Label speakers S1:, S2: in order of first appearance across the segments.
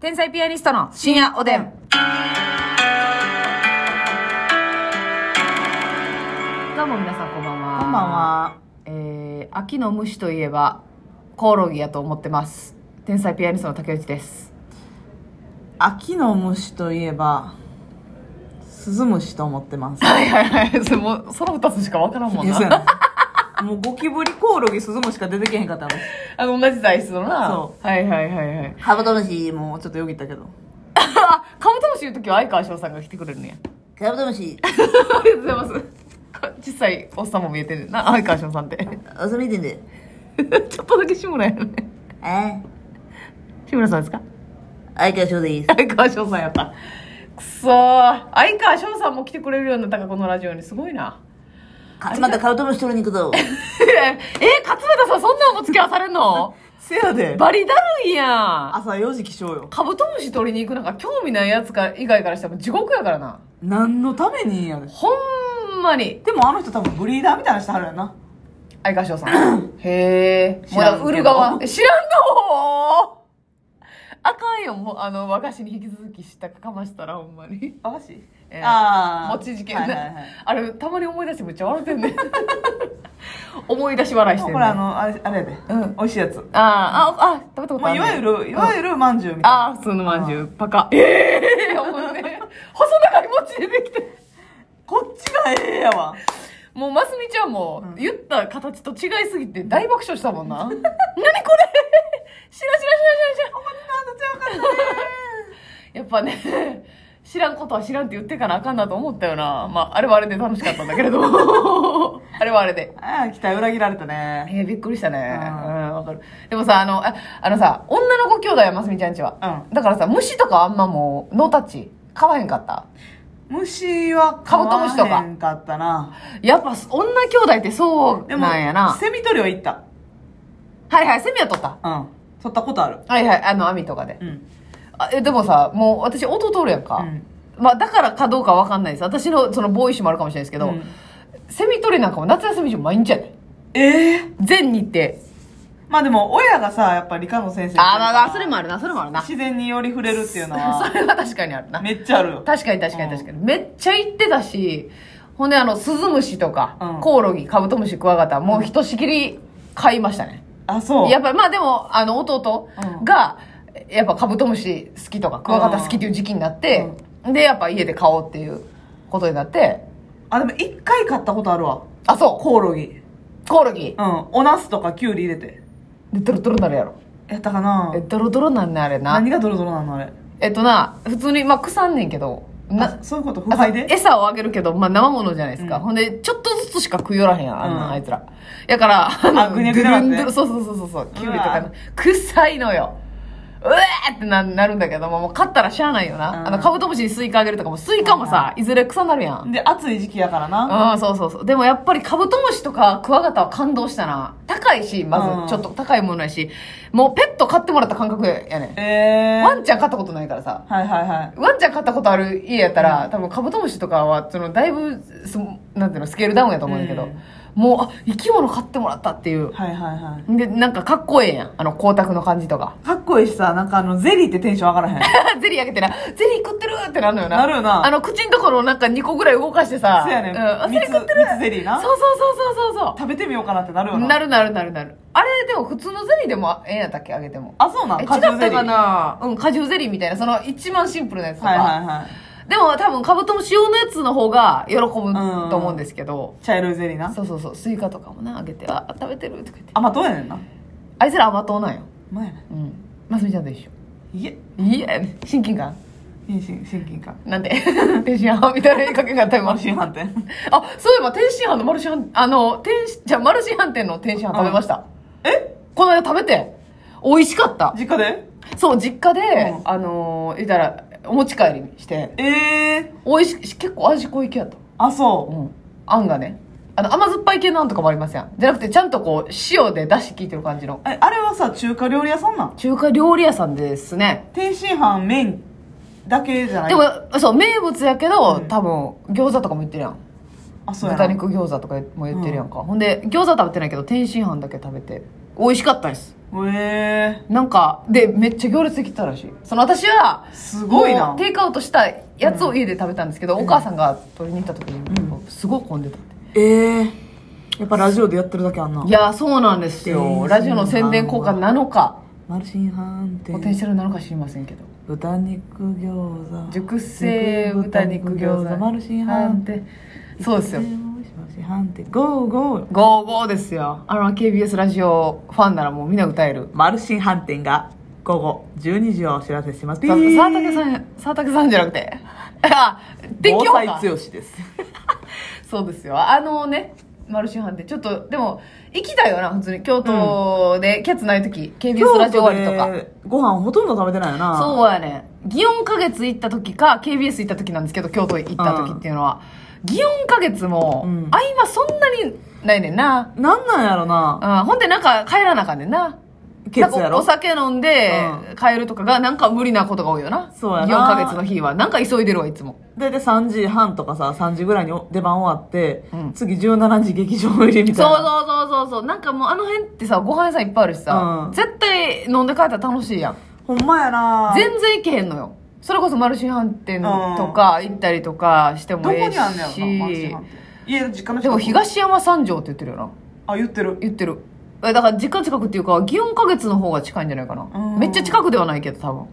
S1: 天才ピアニストの深夜おでん。どうも皆さんこんばんは。
S2: こんばん。は。
S1: えー、秋の虫といえば、コオロギやと思ってます。天才ピアニストの竹内です。
S2: 秋の虫といえば、スズムシと思ってます。
S1: はいはいはい。そもうその二つしかわからんもん
S2: いやそうや
S1: な。
S2: なもうゴキブリ、コオロギ、スズムシしか出てけへんかったの。
S1: あの、同じ材質のな。。
S2: そう
S1: はいはいはいはい。
S2: カブトムシもちょっとよぎったけど。
S1: あ、カブトムシ言うときは相川翔さんが来てくれるんや。
S2: カブトムシ、
S1: ありがとうございます。小さいおっさんも見えてるな、相川翔さんって。
S2: 遊びてんで。
S1: ちょっとだけ志村やね。
S2: え
S1: 志村さんですか
S2: 相川翔です。
S1: 相川翔さんやった。くそー。相川翔さんも来てくれるようになったか、このラジオに。すごいな。
S2: 勝俣カブトムシ取りに行くぞ。
S1: え、勝俣さん、そんなんも付き合わされんの
S2: せやで。
S1: バリだるいやん。
S2: 朝4時起床よ。
S1: カブトムシ取りに行くなんか興味ないやつか以外からしたらもう地獄やからな。
S2: 何のためにやで。
S1: ほんまに。
S2: でもあの人多分ブリーダーみたいな人あるやんな。
S1: 相川翔さん。 へえ。
S2: 知らんけど
S1: もう売る側。知らんの あかんよ、もう、あの、和菓子に引き続きしたかかましたら、ほんまに。
S2: あ、マジ
S1: ええ
S2: ああ。
S1: 餅事件
S2: は
S1: ね、
S2: いはいはい。
S1: あれたまに思い出してめっちゃ笑ってんね 思い出し笑いして
S2: こ
S1: ん
S2: れ
S1: ね
S2: あの、あれあれやで。
S1: うん
S2: 美味しいやつ。
S1: ああああ食べたこと
S2: ま
S1: あ
S2: あ、
S1: る
S2: いわゆる、いわゆるまんじゅうみたいな。
S1: ああ普通のまんじゅうパカええー、もうね細長い餅出てきて
S2: こっちがええやわ。
S1: もうますみちゃんも
S2: うん
S1: 言った形と違いすぎて大爆笑したもんな 何これ知ら知ら知ら知ら知ら
S2: なん
S1: やっぱね知らんことは知らんって言ってかなあかんなと思ったよなまああれはあれで楽しかったんだけれど あれはあれで
S2: ああ、期待裏切られたね。
S1: えー、びっくりしたね。うん、
S2: ん
S1: わかる。でもさ、あの、ああのさ、女の子兄弟はますみちゃんちは。
S2: う
S1: だからさ、虫とかあんまもう、ノータッチ、買わへんかった。
S2: 虫は
S1: カブトムシとか
S2: 買わへんかったな。
S1: やっぱ、女兄弟ってそうなんやな。
S2: セミ取りは行った。
S1: はいはい、セミは取った。
S2: うん。取ったことある。
S1: はいはい、あの、網とかで
S2: う。ん。
S1: あえでもさ、もう、私、音通るやんか。
S2: うん
S1: まあ、だからかどうかわかんないです。私の、その、ボーイッシュもあるかもしれないですけど、
S2: うん
S1: セミ取りなんかも夏休み中毎日やね
S2: ええ
S1: 全日程。
S2: まあでも、親がさ、やっぱ理科の先生。
S1: あーまあまあ、それもあるな、それもあ るな。そ
S2: 自然により触れるっていうの
S1: れ
S2: は、
S1: は確かにあるな。
S2: めっちゃある よ。
S1: 確かに確かに確かに、めっちゃ行ってたしほんであのスズムシとか、
S2: うん
S1: コオロギカブトムシクワガタもうひとしきり買いましたね、
S2: あ、そう。
S1: やっぱりまあでもあの弟が、やっぱカブトムシ好きとかクワガタ好きっていう時期になって、でやっぱ家で買おうっていうことになって
S2: あ、でも一回買ったことあるわ。
S1: あそ
S2: コオロギ。
S1: うコオロギ
S2: うん。おナスとかキュウリ入れて。
S1: でドロドロなるやろ
S2: やったかな
S1: えドロドロなんねあれな
S2: 何がドロドロなのあれ。
S1: えっとな普通にまあ腐んねんけどな
S2: あそういうこと腐敗
S1: あ
S2: で
S1: そう餌をあげるけど、まあ、生物じゃないですか、
S2: うん
S1: ほんでちょっとずつしか食いよらへんやんあんな、
S2: うん
S1: あいつらやからあの
S2: ぐにゃぐにゃなっ
S1: ドゥル
S2: て
S1: ンドゥルそうそうそうそうそうキュウリとかの臭いのようわーってななるんだけどももう飼ったらしゃあないよな、
S2: うん
S1: あのカブトムシにスイカあげるとかもスイカもさ、いずれ草になるやん、
S2: で、暑い時期やからな。
S1: うん、そうそうそう。でもやっぱりカブトムシとかクワガタは感動したな。高いし、ま
S2: うん
S1: ず、ちょっと高いものやし、もうペット飼ってもらった感覚やね
S2: え
S1: ん。
S2: え
S1: ワンちゃん飼ったことないからさ。
S2: はいはいはい。
S1: ワンちゃん飼ったことある家やったら、多分カブトムシとかは、その、だいぶ、そなんていうの、スケールダウンやと思うんだけど、
S2: うん
S1: もう、あ、生き物飼ってもらったっていう。
S2: はいはいは
S1: で、なんかかっこええやん。あの、光沢の感じと か。
S2: い。かっこいいしさ、なんかあの、ゼリーってテンション上がらへん。
S1: ゼリーあげてな、ゼリー食ってるってなるのよな。
S2: なるよな
S1: あの、口んところをなんか2個ぐらい動かしてさ。
S2: そうやね
S1: ん。 あ、
S2: ん。
S1: ゼ
S2: 蜜、
S1: リー食ってる
S2: 蜜ゼリーな。
S1: そうそうそうそうそう
S2: 食べてみようかなってなる
S1: そ
S2: よ
S1: う。
S2: な。
S1: なるなるなるなる。あれ、でも普通のゼリーでもええんやったっけあげても。
S2: あ、そうなん
S1: え、違っ
S2: 果汁ゼ
S1: た
S2: リ
S1: か
S2: ー。は
S1: なうん、果汁ゼリーみたいな、その一番シンプルなやつ
S2: い
S1: とか。
S2: はいはい。
S1: でも多分カブトムシ用のやつの方が喜ぶと思うんですけど、
S2: 茶色いゼリーな。
S1: そうそうそう、スイカとかもな、あげて、あ、食べてるとか言って。
S2: 甘党やねんな。う
S1: あいつら甘党なんよ。
S2: まいやね。
S1: うん。ますみちゃんと一
S2: いえ、
S1: 緒。いいやね。親近感
S2: いいし親近感。
S1: なんで 天津飯みたいな言いかけがあったよ
S2: マルシン飯店。
S1: あ、そういえば天津飯のマルシン飯、あの、天津、じゃあマルシン飯店の天津飯食べました。
S2: え
S1: この間食べて、美味しかった。
S2: 実家で
S1: そう、実家で、
S2: うん
S1: あのー、言ったら、お持ち帰りして、
S2: ええ
S1: 美味しくし、結構味濃い系やった。
S2: あ、そう。
S1: うん、あんがねあの甘酸っぱい系のあんとかもありますやんじゃなくてちゃんとこう塩で出汁効いてる感じの
S2: え、あれはさ、中華料理屋さんなん
S1: 中華料理屋さんですね
S2: 天津飯麺だけじゃない
S1: でもそう名物やけど、
S2: うん
S1: 多分餃子とかも言ってるやん
S2: あ、そうやな。
S1: 豚肉餃子とかも言ってるやんか、ほんで餃子食べてないけど天津飯だけ食べて美味しかったです
S3: え
S1: なんかでめっちゃ行列できてたらしいその私は
S3: すごいな
S1: もうテイクアウトしたやつを家で食べたんですけど、お母さんが取りに行った時に、すごい混んでたって
S3: えええやっぱラジオでやってるだけあんない
S1: やそうなんですよラジオの宣伝効果なのか
S3: マルシン飯
S1: ポテン
S3: 店
S1: シャルなのか知りませんけど
S3: 豚肉餃子
S1: 熟成豚肉餃子
S3: マルシン飯店
S1: 店そう ですよ
S3: マルシン飯店ゴーゴー
S1: ゴーゴーですよあの KBS ラジオファンならもうみんな歌える
S3: マルシン飯店が午後12時をお知らせします
S1: さ沢竹さん沢竹さんじゃなくて あ
S3: 天
S1: 天気
S3: 気
S1: 予
S3: 予
S1: 報か
S3: です
S1: そうですよあのねマルシン飯店ちょっとでも行きたいよな普通に京都でキャッツない時 KBS ラジオ終わりとか
S3: ご飯ほとんど食べてないよな
S1: そうやね祇園花月行った時か KBS 行った時なんですけど京都行った時っていうのは、祇園花月も、
S3: うん
S1: 合間そんなにないねんな、
S3: なんなんやろな
S1: うん、ほんでなんか帰らなあかんねんな
S3: ケツや
S1: なんかお
S3: ろ
S1: 酒飲んで帰るとかがなんか無理なことが多いよな
S3: そうやな
S1: 祇園花月の日はなんか急いでるわいつも
S3: 大体3時半とかさ3時ぐらいに出番終わって、
S1: うん
S3: 次17時劇場入りみたい
S1: そう
S3: な
S1: そうそうそうそうなんかもうあの辺ってさご飯屋さんいっぱいあるしさ、
S3: うん
S1: 絶対飲んで帰ったら楽しいやん
S3: ほんまやな
S1: 全然行けへんのよそれこそマルシン飯店とか行ったりとかしてもええし
S3: 家の実家の
S1: でも東山三条って言ってるよな
S3: あ言ってる
S1: 言ってるえだから実家近くっていうか祇園花月の方が近いんじゃないかな
S3: うん
S1: めっちゃ近くではないけど多分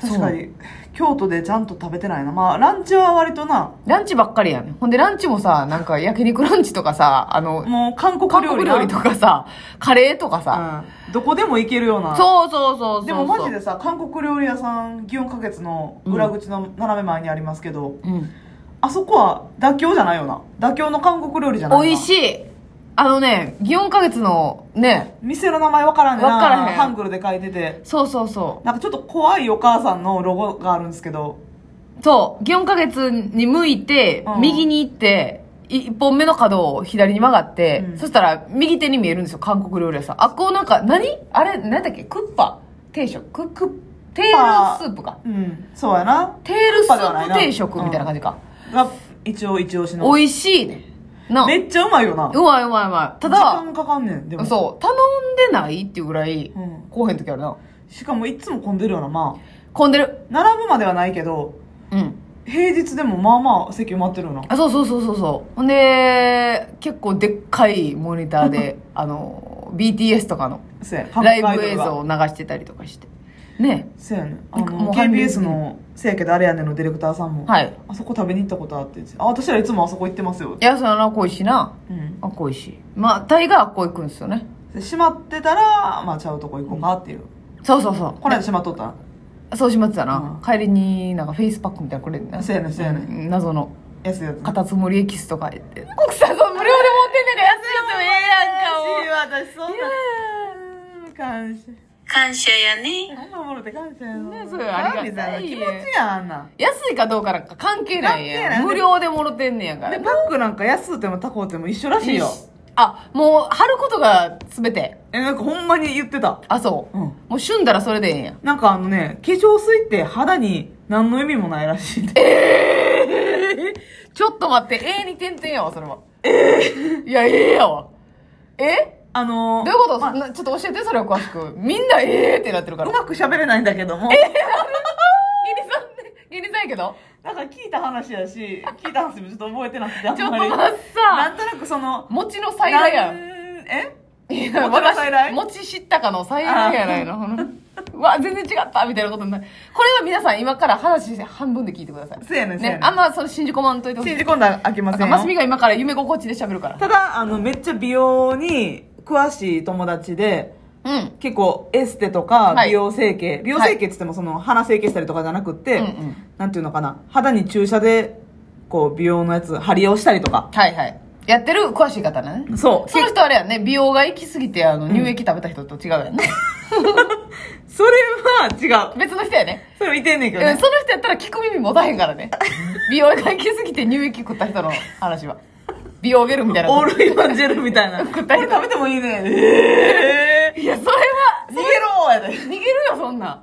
S2: 確かに京都でちゃんと食べてないなまあランチは割とな
S1: ランチばっかりやねほんでランチもさなんか焼肉ランチとかさあの
S2: もう韓国
S1: 韓
S2: 料
S1: 国
S2: 理
S1: 料理と
S2: か、
S1: かさカレーとかさ、
S3: うんどこでも行けるような
S1: そうそうそうそう
S2: でもマジでさ韓国料理屋さん祇園花月の裏口の斜め前にありますけど、
S1: うん
S2: あそこは妥協じゃないよな妥協の韓国料理じゃないな
S1: 美味しいあのね祇園花月のね
S2: 店の名前分からんねんな
S1: 分からへん
S2: ハングルで書いてて
S1: そうそうそう
S2: なんかちょっと怖いお母さんのロゴがあるんですけど
S1: そう祇園花月に向いて、
S2: うん
S1: 右に行ってい一本目の角を左に曲がって、
S2: うん
S1: そしたら右手に見えるんですよ韓国料理屋さんあっこうなんか何あれ何だっけクッパ定食ククッテールスープか
S2: うんそうやな
S1: テールス
S2: クッパではない
S1: ープ
S2: な
S1: 定食みたいな感じか、
S2: が一応一応しの
S1: 美味しいねな
S2: めっちゃうまいよな
S1: うまいうまいうまいた
S2: 時
S1: だ
S2: 間かかんねんでも
S1: そう頼んでないっていうぐらい、
S2: うん
S1: こうへん時あるな
S2: しかもいつも混んでるよなまあ
S1: 混んでる
S2: 並ぶまではないけど
S1: うん
S2: 平日でもまあまあ席埋まってるよな
S1: あそうそうそうそうそうほんで結構でっかいモニター であの BTS とかの
S2: せや
S1: ライブ映像
S2: を
S1: を流してたりとかしてね
S2: せやねんあ
S1: なんかも
S2: の
S1: う韓流
S2: KBS のせやけどあれやねんのディレクターさんも、
S1: はい
S2: あそこ食べに行ったことあって言ってあ私らいつもあそこ行ってますよ
S1: いやそのなこいしな
S2: うん
S1: あこいしまあ大概あっこ行くんですよね
S2: で閉まってたらまあちゃうとこ行こうかっていう、
S1: そうそうそ
S2: これ閉まっとった
S1: うそうしまってたな、
S2: うん
S1: 帰りになんかフェイスパックみたいなのこれな
S2: そうやねんそうやねん
S1: ん謎の
S2: 安いやつ
S1: カタツムリエキスとか言って奥さんそう無料で持ってんねんから安いやつもええやんかも
S2: 私そんな感謝
S4: 感謝やね。
S2: あんなもろて感謝やな
S1: ねそれありがたい
S2: 気持ちやんあんなん
S1: 安いかどうかなんか関係ない
S2: 関係
S1: や
S2: ない
S1: ん無料でもろてんねんやから
S2: でパックなんか安うても高うても一緒らしいよ
S1: あもう貼ることが全て
S2: えなんかほんまに言ってた
S1: あそう、
S2: うん
S1: もう旬だらそれでええんや
S2: なんかあのね化粧水って肌に何の意味もないらしいんで
S1: ちょっと待ってええに点々やわそれはええいやええやわえ
S2: あの
S1: ど
S2: ー
S1: ういうこと、なちょっと教えてそれを詳しくみんなええってなってるから
S2: う
S1: 芸
S2: まく喋れないんだけども、
S1: 人さん芸人さんやけど
S2: なんか聞いた話やし、聞いた話もちょっと覚えてなくて、あん
S1: ちょっと
S2: まり。
S1: 待って
S2: な
S1: さ
S2: んとなくその、
S1: 餅の再来や
S2: なんえ
S1: い
S2: 餅
S1: や
S2: の
S1: 私
S2: 再来
S1: 餅知ったかの再来やないのこのうわ全然違ったみたいなことになるこれは皆さん今から話半分で聞いてください
S2: せやねんせやね
S1: ね、
S2: ん
S1: あんまその信じ込まんといてほしい
S2: 信じ込んだらあきま
S1: なん
S2: せ
S1: か
S2: ん
S1: マスミ
S2: よ。
S1: が今から夢心地で喋るから。
S2: ただ、あの、めっちゃ美容に詳しい友達で、
S1: うん。
S2: 結構エステとか
S1: はい
S2: 美容整形、美容整形って言ってもその鼻整形したりとかじゃなくって、
S1: うんうん
S2: なんていうのかな、肌に注射で、こう美容のやつ、張りをしたりとか。
S1: はいはい。やってる詳しい方ね。
S2: そう。
S1: その人あれやね、美容が行き過ぎて、あの、乳液食べた人と違うやんね。
S2: それは違う。
S1: 別の人やね。
S2: それいてんねんけ
S1: うん
S2: ど
S1: その
S2: ね。
S1: 人やったら聞く耳持たへん からね。美容が行き過ぎて乳液食った人の話は。美容ゲルみたいな
S2: オ
S1: こ
S2: ールインワンジェルみたい な。こ
S1: 食っ
S2: れ
S1: たりとか
S2: 食べてもいいね。 え
S1: と。いや、それは、
S2: 逃げろやで。
S1: 逃げるよ、そんなん。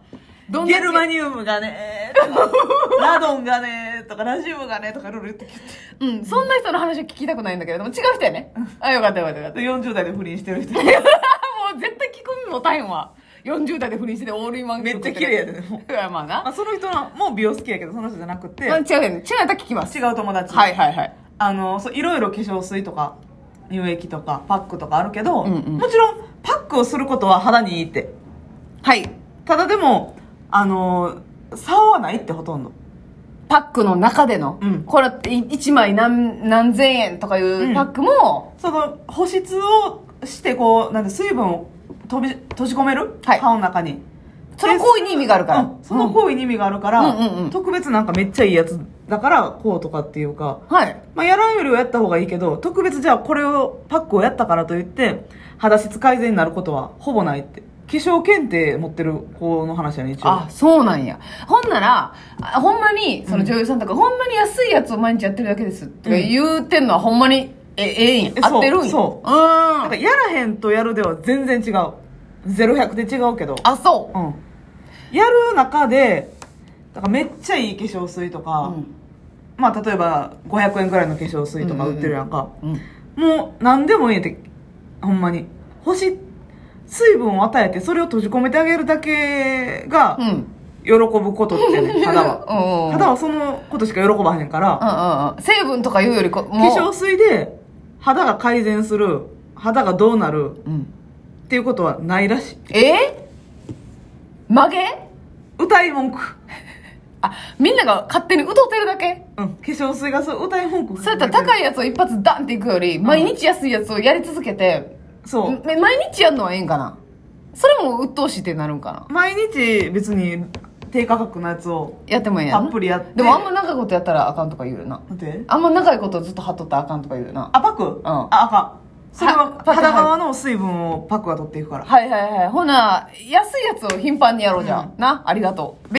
S1: どんだ
S2: ゲ
S1: け
S2: ルマニウムが ねとか、ラドンがねとか、ラジウムがねとか、いろいろ言ってきて。
S1: うん、そんな人の話を聞きたくないんだけど、でも違う人やね。あ、よかったよかったよかっ
S2: 40代で不倫してる人。
S1: た。もう絶もう大変は。40代で不倫しててオールインワン
S3: めっちゃ綺麗やででも
S1: いや、まあな。
S3: あその人のもう美容好きやけどその人じゃなくて
S1: まあ、違うよね。違うやったら聞きます。
S2: 違う友達。
S1: はいはいはい。
S2: あの、そう、いろいろ化粧水とか、乳液とか、パックとかあるけど、
S1: うんうん
S2: もちろん、パックをすることは肌にいいって。
S1: はい。
S2: ただでも、あの、差はないってほとんど。
S1: パックの中での、
S2: うん
S1: これって1枚何何千円とかいうパックも、
S2: その、保湿をして、こう、なんて、水分を飛び、閉じ込める、
S1: はい
S2: 顔の中に。
S1: その行為に意味があるから。
S2: うんその行為に意味があるから、
S1: うんうんうん
S2: 特別なんかめっちゃいいやつだから、こうとかっていうか、
S1: はい。
S2: まあ、やらんよりはやった方がいいけど、特別じゃあこれを、パックをやったからといって、肌質改善になることはほぼないって。化粧検定持ってる子の話やね、一応。
S1: あ、そうなんや。ほんなら、あほんまに、その女優さんとか、ほんまに安いやつを毎日やってるだけですって言うてんのはほんまに、え、ええんや
S2: え。そう
S1: 合ってるんや。。
S2: そう
S1: ん。
S2: なんかやらへんとやるでは全然違う。ゼロ百で違うけど。
S1: あ、そう
S2: う。ん。やる中で、だからめっちゃいい化粧水とか、まあ例えば500円くらいの化粧水とか売ってるやんか。
S1: うん。うん
S2: もう何でもいいって、ほんまに。星、水分を与えてそれを閉じ込めてあげるだけが
S1: うん。うん。うんうん
S2: 喜ぶことって ね、肌
S1: うんうん
S2: は。肌はそのことしか喜ばへんから、
S1: うん。成分とか言うよりこ、
S2: 化
S1: もう。
S2: 粧水で肌が改善する、肌がどうなる
S1: うん。
S2: っていうことはないらしい。
S1: え曲げ
S2: 歌い文句。
S1: あ、みんなが勝手に歌ってるだけ
S2: うん、化粧水がそう歌い文句
S1: そうやったら高
S2: い
S1: いやつを一発ダンっていくより、毎日安いやつをやり続けて、
S2: そう
S1: め毎日やるのはええんかなそれも鬱陶しいってなるんかな
S2: 毎日別に低価格のやつを
S1: やってもええんや
S2: た
S1: な
S2: っぷりやって
S1: でもあんま長いことやったらあかんとか言うよな。
S2: 待って
S1: あんま長いことずっと貼っとったらあかんとか言うよな。
S2: あパクうんああかんそれ
S1: は
S2: は
S1: パク
S2: 肌側の水分をパクが取っていくから
S1: はいはいはい。ほな、安いやつを頻繁にやろうじゃん。な、ありがとう。